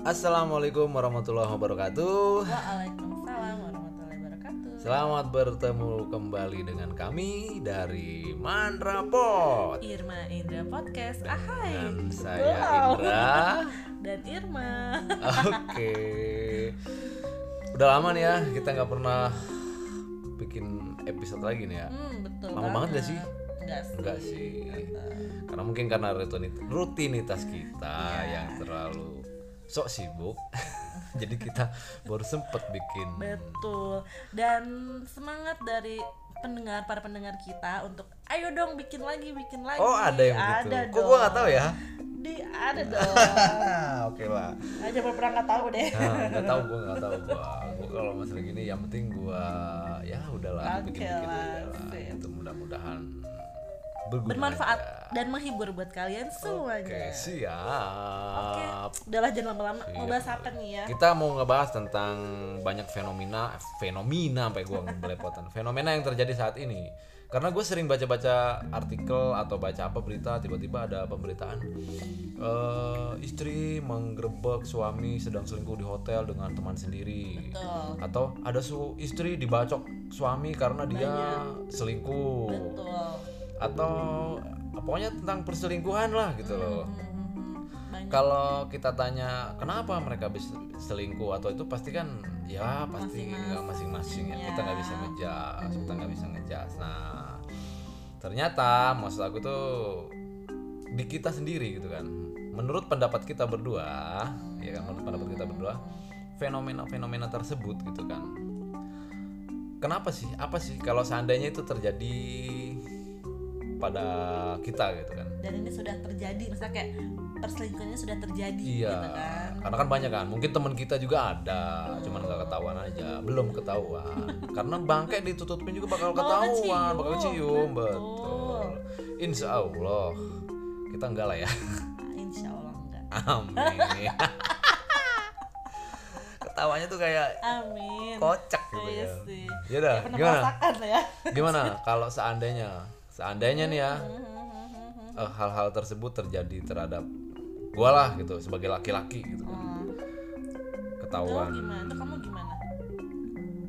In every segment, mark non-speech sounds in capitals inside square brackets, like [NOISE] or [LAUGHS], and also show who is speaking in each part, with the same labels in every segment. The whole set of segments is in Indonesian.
Speaker 1: Assalamualaikum warahmatullahi wabarakatuh.
Speaker 2: Waalaikumsalam warahmatullahi wabarakatuh.
Speaker 1: Selamat bertemu kembali dengan kami dari Mandrapot.
Speaker 2: Irma Indra Podcast. Ahai.
Speaker 1: Dan saya Indra.
Speaker 2: Dan Irma.
Speaker 1: Oke. Udah lama nih ya kita nggak pernah bikin episode lagi nih ya.
Speaker 2: Hmm, betul.
Speaker 1: Lama banget gak sih?
Speaker 2: Enggak sih.
Speaker 1: Enggak sih. Karena mungkin karena rutinit- rutinitas
Speaker 2: Iya.
Speaker 1: kita yang terlalu sok sibuk. [LAUGHS] Jadi kita baru sempet bikin
Speaker 2: Betul. Dan semangat dari pendengar para pendengar kita untuk ayo dong bikin lagi, bikin lagi.
Speaker 1: Oh ada yang
Speaker 2: ada
Speaker 1: begitu. Kok
Speaker 2: Dong.
Speaker 1: gue nggak tahu ya?
Speaker 2: Di ada dong.
Speaker 1: Ah, Oke lah.
Speaker 2: Aja pernah nggak tahu deh.
Speaker 1: Nah, nggak tahu gue nggak tahu gue. Gue kalau masalah gini yang penting gue ya udahlah
Speaker 2: Oke
Speaker 1: bikin bikin
Speaker 2: lah,
Speaker 1: udahlah.
Speaker 2: sip.
Speaker 1: Itu mudah-mudahan berguna. aja.
Speaker 2: Bermanfaat dan menghibur buat kalian
Speaker 1: Oke
Speaker 2: semuanya. Oke.
Speaker 1: siap.
Speaker 2: Udahlah jangan lama-lama. Mau
Speaker 1: Iya.
Speaker 2: bahas apa nih ya?
Speaker 1: Kita mau ngebahas tentang banyak fenomena, fenomena sampai gua belepotan. Fenomena yang terjadi saat ini. Karena gue sering baca-baca artikel atau baca apa berita, tiba-tiba ada pemberitaan eh, istri menggerebek suami sedang selingkuh di hotel dengan teman sendiri,
Speaker 2: Betul.
Speaker 1: atau ada su istri dibacok suami karena dia selingkuh,
Speaker 2: Betul.
Speaker 1: atau pokoknya tentang perselingkuhan lah gitu loh.
Speaker 2: Hmm, Banyak.
Speaker 1: Kalau kita tanya kenapa mereka bisa selingkuh atau itu pasti kan ya pasti nggak masing-masing ya. Kita nggak bisa ngejas, kita nggak bisa ngejas. Nah, ternyata maksud aku tuh di kita sendiri gitu kan. Menurut pendapat kita berdua, ya kan menurut pendapat kita berdua, fenomena-fenomena tersebut gitu kan. Kenapa sih? Apa sih kalau seandainya itu terjadi pada kita gitu kan?
Speaker 2: dan ini sudah terjadi misalnya kayak perselingkuhannya sudah terjadi
Speaker 1: Iya,
Speaker 2: gitu kan
Speaker 1: karena kan banyak kan. Mungkin teman kita juga ada, cuman nggak ketahuan aja, belum ketahuan. karena bangke ditutupin juga bakal ketahuan, bakal cium,
Speaker 2: kecium,
Speaker 1: betul. Insya Allah kita enggak lah ya. [LAUGHS]
Speaker 2: Nah, insya Allah enggak [LAUGHS]
Speaker 1: Amin. Ketawanya tuh kayak
Speaker 2: amin
Speaker 1: kocak gitu
Speaker 2: Iya
Speaker 1: ya.
Speaker 2: sih
Speaker 1: Ya udah,
Speaker 2: pernah
Speaker 1: gimana?
Speaker 2: merasakan ya [LAUGHS]
Speaker 1: Gimana kalau seandainya, seandainya nih ya,
Speaker 2: Hmm.
Speaker 1: eh, hal-hal tersebut terjadi terhadap gua lah gitu sebagai laki-laki gitu kan.
Speaker 2: Tuh
Speaker 1: Ketahuan.
Speaker 2: Nah, gimana tuh kamu gimana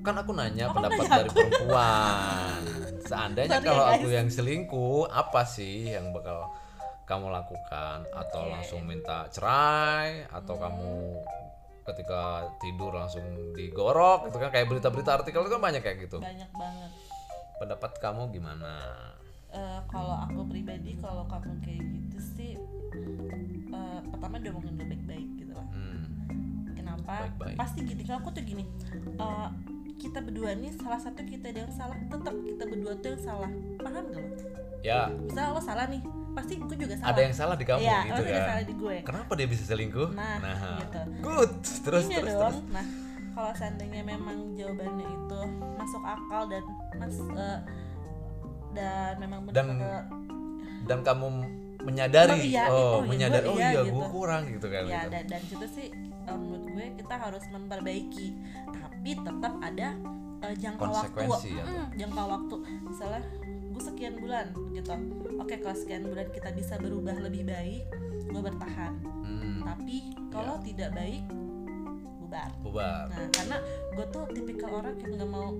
Speaker 1: kan aku nanya
Speaker 2: Oh,
Speaker 1: pendapat
Speaker 2: nanya
Speaker 1: dari perempuan seandainya
Speaker 2: Sorry ya,
Speaker 1: kalau aku
Speaker 2: guys.
Speaker 1: yang selingkuh apa sih yang bakal kamu lakukan atau
Speaker 2: Iya,
Speaker 1: langsung minta cerai atau kamu ketika tidur langsung digorok itu kan kayak berita-berita artikel itu kan banyak kayak gitu
Speaker 2: banyak banget
Speaker 1: pendapat kamu gimana
Speaker 2: Eh, kalau aku pribadi kalau kamu kayak gitu sih eh, pertama diomongin dulu baik-baik gitu lah
Speaker 1: hmm.
Speaker 2: kenapa
Speaker 1: Baik-baik.
Speaker 2: pasti gini kalau aku tuh gini eh, kita berdua nih salah satu kita ada yang salah tetap kita berdua tuh yang salah paham gak lo
Speaker 1: ya
Speaker 2: misal lo salah nih pasti gue juga salah
Speaker 1: ada yang salah di kamu
Speaker 2: Iya,
Speaker 1: gitu
Speaker 2: lo juga
Speaker 1: kan
Speaker 2: salah di gue
Speaker 1: kenapa dia bisa selingkuh
Speaker 2: Nah, gitu.
Speaker 1: good terus
Speaker 2: iya
Speaker 1: terus
Speaker 2: dong
Speaker 1: terus
Speaker 2: nah kalau seandainya memang jawabannya itu masuk akal dan mas eh, dan memang eh,
Speaker 1: Dan
Speaker 2: benar-benar
Speaker 1: dan kamu menyadari
Speaker 2: Oh, iya,
Speaker 1: oh,
Speaker 2: oh, iya,
Speaker 1: menyadari
Speaker 2: gua
Speaker 1: oh
Speaker 2: iya,
Speaker 1: iya
Speaker 2: gitu.
Speaker 1: gue kurang gitu kan
Speaker 2: ya
Speaker 1: gitu.
Speaker 2: dan dan itu sih eh, menurut gue kita harus memperbaiki tapi tetap ada eh, jangka
Speaker 1: Konsekuensi
Speaker 2: waktu
Speaker 1: ya,
Speaker 2: Mm, jangka waktu misalnya gue sekian bulan gitu oke kalau sekian bulan kita bisa berubah lebih baik gue bertahan
Speaker 1: Hmm,
Speaker 2: tapi kalau tidak baik bubar
Speaker 1: bubar.
Speaker 2: Nah, karena gue tuh tipikal orang yang gak mau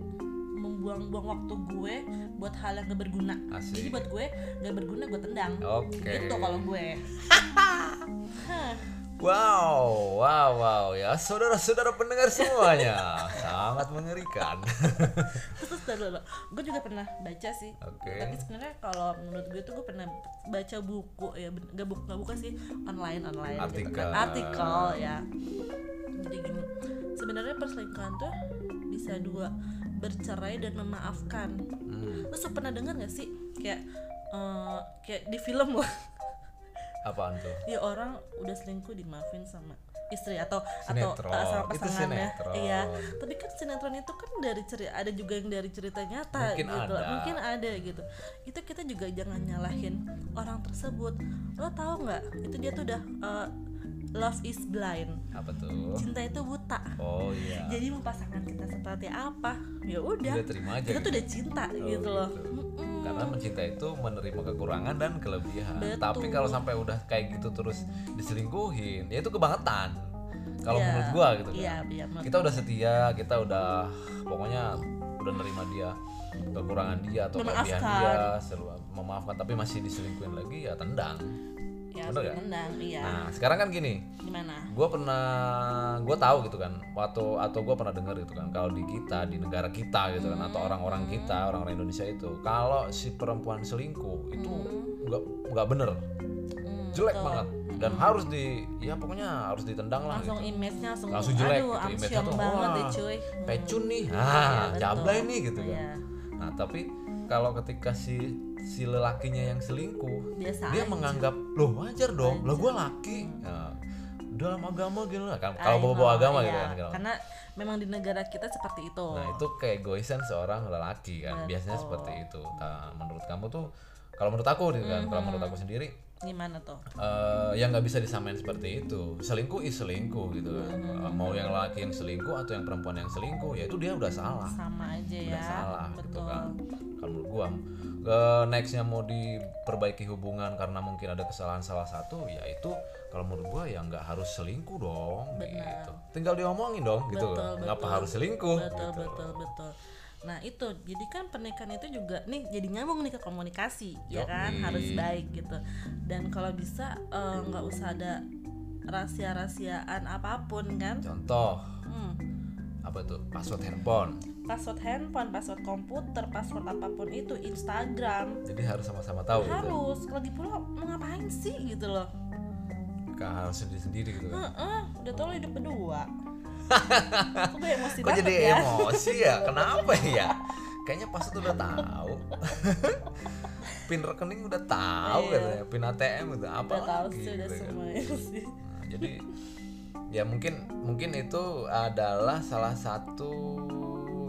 Speaker 2: membuang-buang waktu gue buat hal yang gak berguna.
Speaker 1: Asik.
Speaker 2: Jadi buat gue gak berguna gue tendang.
Speaker 1: Oke.
Speaker 2: Gitu kalau gue. [LAUGHS] Hah,
Speaker 1: Wow, wow, wow ya saudara-saudara pendengar
Speaker 2: [LAUGHS]
Speaker 1: semuanya sangat mengerikan. [LAUGHS]
Speaker 2: Terus terus dulu, gue juga pernah baca sih.
Speaker 1: Oke.
Speaker 2: Tapi Eh, sebenarnya kalau menurut gue tuh gue pernah baca buku ya, ben- gak buku gak buka sih online online. Gitu
Speaker 1: Artikel.
Speaker 2: kan. Artikel ya. Jadi gini, sebenarnya perselingkuhan tuh bisa dua bercerai dan memaafkan.
Speaker 1: Hmm,
Speaker 2: Lu suka pernah denger gak sih kayak eh, kayak di film loh [LAUGHS]
Speaker 1: apaan tuh?
Speaker 2: ya orang udah selingkuh dimaafin sama istri atau atau
Speaker 1: Sinetron.
Speaker 2: eh, sama
Speaker 1: Itu
Speaker 2: pasangannya
Speaker 1: sinetron.
Speaker 2: iya tapi kan sinetron itu kan dari cerita ada juga yang dari cerita nyata
Speaker 1: Mungkin
Speaker 2: gitu
Speaker 1: ada.
Speaker 2: mungkin ada gitu itu kita juga jangan nyalahin orang tersebut lo tahu nggak itu dia tuh udah eh, love is blind
Speaker 1: Apa tuh?
Speaker 2: cinta itu buta
Speaker 1: Oh iya.
Speaker 2: jadi mau pasangan kita seperti apa ya udah
Speaker 1: Udah terima aja.
Speaker 2: kita tuh
Speaker 1: gitu.
Speaker 2: udah cinta gitu loh Mm-mm.
Speaker 1: Karena mencintai itu menerima kekurangan dan kelebihan.
Speaker 2: Betul.
Speaker 1: Tapi kalau sampai udah kayak gitu terus diselingkuhin, ya itu kebangetan. kalau
Speaker 2: Iya.
Speaker 1: menurut gua gitu kan
Speaker 2: Iya, iya. menurut-
Speaker 1: kita udah setia kita udah pokoknya udah nerima dia kekurangan dia atau kelebihan
Speaker 2: Memaafkan.
Speaker 1: dia selalu memaafkan tapi masih diselingkuhin lagi ya tendang
Speaker 2: Ya,
Speaker 1: bener nggak?
Speaker 2: menendang, iya.
Speaker 1: nah sekarang kan gini
Speaker 2: Gimana?
Speaker 1: gue pernah gue tahu gitu kan atau atau gue pernah dengar gitu kan kalau di kita di negara kita gitu kan atau orang-orang
Speaker 2: Hmm.
Speaker 1: kita orang-orang Indonesia itu kalau si perempuan selingkuh itu nggak nggak bener
Speaker 2: Hmm,
Speaker 1: jelek
Speaker 2: betul. Hmm.
Speaker 1: banget dan harus di ya pokoknya harus ditendang lah
Speaker 2: Langsung
Speaker 1: gitu.
Speaker 2: image-nya langsung,
Speaker 1: Langsung jelek
Speaker 2: aduh,
Speaker 1: gitu,
Speaker 2: I'm
Speaker 1: image-nya
Speaker 2: syong
Speaker 1: tuh,
Speaker 2: banget
Speaker 1: wah,
Speaker 2: deh cuy. Hmm,
Speaker 1: pecun nih ah
Speaker 2: betul.
Speaker 1: jablay nih gitu kan
Speaker 2: Iya.
Speaker 1: nah tapi kalau ketika si si lelakinya yang selingkuh
Speaker 2: Biasa
Speaker 1: dia
Speaker 2: aja.
Speaker 1: menganggap loh wajar dong lah gue laki Nah, dalam agama gitu lah kan kalau bawa bawa agama
Speaker 2: Iya, oh.
Speaker 1: gitu kan kalau-
Speaker 2: Karena memang di negara kita seperti itu.
Speaker 1: nah itu keegoisan seorang lelaki kan biasanya seperti itu nah, menurut kamu tuh kalau menurut aku gitu kan kalau menurut aku sendiri
Speaker 2: Gimana tuh?
Speaker 1: eh, yang nggak bisa disamain seperti itu selingkuh is selingkuh gitu kan Eh, mau yang lelaki yang selingkuh atau yang perempuan yang selingkuh ya itu dia udah salah
Speaker 2: Sama aja ya.
Speaker 1: udah salah gitu
Speaker 2: Betul.
Speaker 1: kan kalau menurut gua ke nextnya mau diperbaiki hubungan karena mungkin ada kesalahan salah satu ya itu kalau menurut gua ya nggak harus selingkuh dong gitu tinggal diomongin dong gitu
Speaker 2: Betul,
Speaker 1: ngapa
Speaker 2: betul.
Speaker 1: harus selingkuh
Speaker 2: betul
Speaker 1: gitu.
Speaker 2: betul betul nah itu jadi kan pernikahan itu juga nih jadi nyambung nih ke komunikasi ya
Speaker 1: Yoi.
Speaker 2: kan harus baik gitu dan kalau bisa eh, nggak usah ada rahasia-rahasiaan apapun kan
Speaker 1: contoh
Speaker 2: Hmm,
Speaker 1: apa tuh password handphone
Speaker 2: password handphone password komputer password apapun itu Instagram
Speaker 1: jadi harus sama-sama tahu gitu
Speaker 2: harus kalau di pulau mau ngapain sih gitu loh
Speaker 1: Nggak harus sendiri-sendiri gitu kan
Speaker 2: Heeh, udah tau lo hidup
Speaker 1: [LAUGHS]
Speaker 2: berdua aku gue emosi
Speaker 1: kok
Speaker 2: banget
Speaker 1: jadi
Speaker 2: ya
Speaker 1: emosi ya kenapa ya kayaknya password udah tahu [LAUGHS] pin rekening udah tahu
Speaker 2: Iya.
Speaker 1: katanya pin ATM udah gitu. apa
Speaker 2: udah tahu
Speaker 1: lagi
Speaker 2: sih udah
Speaker 1: gitu kan.
Speaker 2: semuanya sih
Speaker 1: Nah, jadi ya mungkin mungkin itu adalah salah satu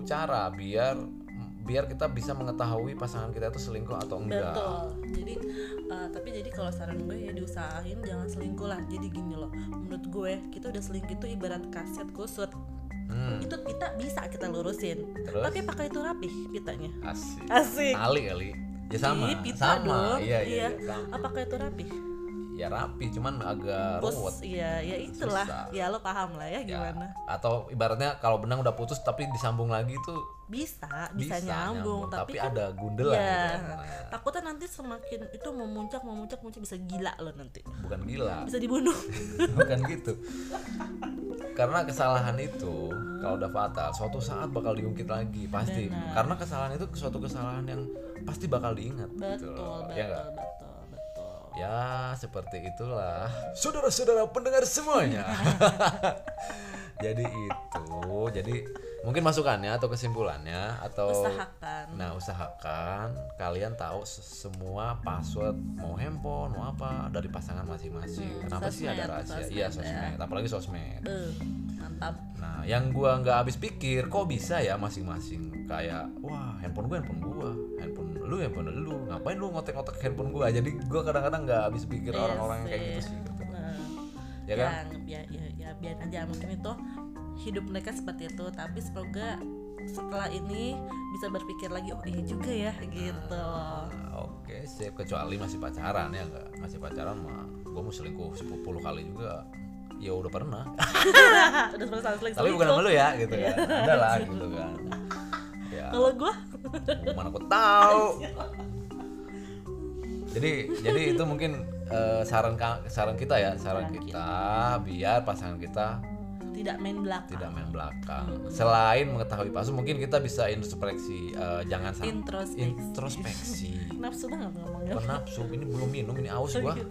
Speaker 1: cara biar biar kita bisa mengetahui pasangan kita itu selingkuh atau enggak.
Speaker 2: Betul. Jadi eh, tapi jadi kalau saran gue ya diusahain jangan selingkuh lah. Jadi gini loh, menurut gue kita udah selingkuh itu ibarat kaset kusut.
Speaker 1: Hmm,
Speaker 2: Itu kita bisa kita lurusin.
Speaker 1: Terus?
Speaker 2: Tapi pakai itu rapih pitanya.
Speaker 1: asik.
Speaker 2: Asik.
Speaker 1: Tali kali. Ya sama,
Speaker 2: Ih, pita
Speaker 1: sama.
Speaker 2: dong.
Speaker 1: Iya, iya,
Speaker 2: Iya.
Speaker 1: iya, sama.
Speaker 2: Apakah itu rapih?
Speaker 1: Ya rapi, cuman agak ruwet.
Speaker 2: Bos, iya, ya itulah.
Speaker 1: Susah.
Speaker 2: Ya lo paham lah ya
Speaker 1: Ya,
Speaker 2: gimana.
Speaker 1: Atau ibaratnya kalau benang udah putus tapi disambung lagi itu
Speaker 2: Bisa,
Speaker 1: bisa,
Speaker 2: bisa, nyambung,
Speaker 1: tapi,
Speaker 2: tapi, kan
Speaker 1: ada gundelan
Speaker 2: Iya.
Speaker 1: gitu. Nah,
Speaker 2: takutnya nanti semakin itu memuncak memuncak muncak bisa gila lo nanti.
Speaker 1: bukan gila.
Speaker 2: Bisa
Speaker 1: [LAUGHS]
Speaker 2: dibunuh.
Speaker 1: bukan gitu karena kesalahan itu kalau udah fatal suatu saat bakal diungkit lagi pasti
Speaker 2: Benar.
Speaker 1: karena kesalahan itu suatu kesalahan yang pasti bakal diingat gitu
Speaker 2: betul,
Speaker 1: loh.
Speaker 2: betul,
Speaker 1: ya nggak?
Speaker 2: betul, betul.
Speaker 1: ya seperti itulah saudara-saudara pendengar
Speaker 2: [LAUGHS]
Speaker 1: semuanya jadi itu jadi mungkin masukannya atau kesimpulannya atau
Speaker 2: Usahakan.
Speaker 1: Nah, usahakan kalian tahu se- semua password mau handphone, mau apa dari pasangan masing-masing.
Speaker 2: Hmm,
Speaker 1: Kenapa sih ada
Speaker 2: sosmed,
Speaker 1: rahasia?
Speaker 2: sosmed
Speaker 1: Iya,
Speaker 2: ya.
Speaker 1: sosmed. Apalagi sosmed.
Speaker 2: Eh, mantap.
Speaker 1: Nah, yang gua nggak habis pikir, kok bisa ya masing-masing kayak wah, handphone gua handphone gua, handphone lu handphone lu. Ngapain lu ngotek-ngotek handphone gua? Jadi gua kadang-kadang nggak habis pikir
Speaker 2: Iya
Speaker 1: orang-orang yang kayak
Speaker 2: sih.
Speaker 1: gitu sih. gitu.
Speaker 2: Nah,
Speaker 1: Ya kan?
Speaker 2: ya, ya, ya biar aja mungkin itu hidup mereka seperti itu tapi semoga setelah ini bisa berpikir lagi oh iya juga ya
Speaker 1: [LAUGHS]
Speaker 2: gitu
Speaker 1: Nah, Oke, sip. Kecuali masih pacaran ya enggak? Masih pacaran mah gua mau selingkuh 10 kali juga. Ya udah pernah.
Speaker 2: udah selesai selesai
Speaker 1: tapi bukan sama lu ya gitu kan ada lah gitu kan ya
Speaker 2: kalau gua
Speaker 1: mana aku tahu jadi jadi itu mungkin eh, saran ka- saran kita ya saran kita biar pasangan kita
Speaker 2: tidak main belakang
Speaker 1: tidak main belakang selain mengetahui palsu mungkin kita bisa introspeksi eh, jangan sam-
Speaker 2: Introspeksi.
Speaker 1: introspeksi Oh,
Speaker 2: nafsu banget ngomongnya
Speaker 1: penafsu ini belum minum ini aus gua
Speaker 2: [LAUGHS] Oke.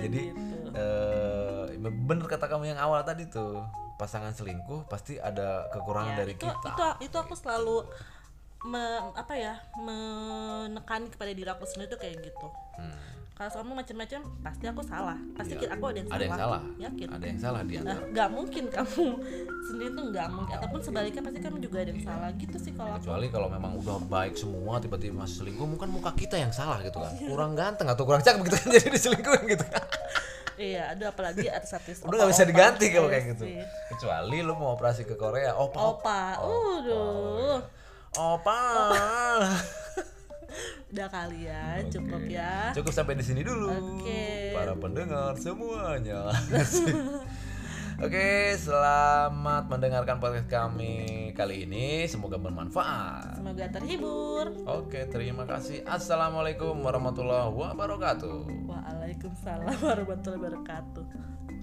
Speaker 1: Jadi,
Speaker 2: Begitu.
Speaker 1: eh bener kata kamu yang awal tadi tuh pasangan selingkuh pasti ada kekurangan
Speaker 2: Ya,
Speaker 1: dari
Speaker 2: itu,
Speaker 1: kita
Speaker 2: itu itu aku selalu me- apa ya menekan kepada diri aku sendiri tuh kayak gitu
Speaker 1: Hmm.
Speaker 2: kalau kamu macam-macam pasti aku salah pasti
Speaker 1: Iya.
Speaker 2: aku ada yang
Speaker 1: ada yang salah
Speaker 2: yakin
Speaker 1: ada yang salah di
Speaker 2: Nah,
Speaker 1: antara
Speaker 2: nggak mungkin kamu [LAUGHS] sendiri tuh nggak mungkin ataupun sebaliknya pasti kamu juga
Speaker 1: Iya.
Speaker 2: ada yang salah gitu sih kalau aku
Speaker 1: kecuali kalau memang udah baik semua tiba-tiba selingkuh mungkin muka kita yang salah gitu kan kurang ganteng atau kurang cakep gitu kan [LAUGHS] jadi diselingkuhin gitu kan
Speaker 2: iya aduh apalagi artis artis Iya
Speaker 1: udah nggak bisa diganti kalau kayak gitu kecuali lu mau operasi ke Korea opa
Speaker 2: opa udah
Speaker 1: opa
Speaker 2: udah kali ya [LAUGHS] cukup ya
Speaker 1: cukup sampai di sini dulu
Speaker 2: Oke.
Speaker 1: para pendengar semuanya [LAUGHS] Oke, selamat mendengarkan podcast kami kali ini. Semoga bermanfaat.
Speaker 2: Semoga terhibur.
Speaker 1: Oke, terima kasih. Assalamualaikum warahmatullahi wabarakatuh.
Speaker 2: Waalaikumsalam warahmatullahi wabarakatuh.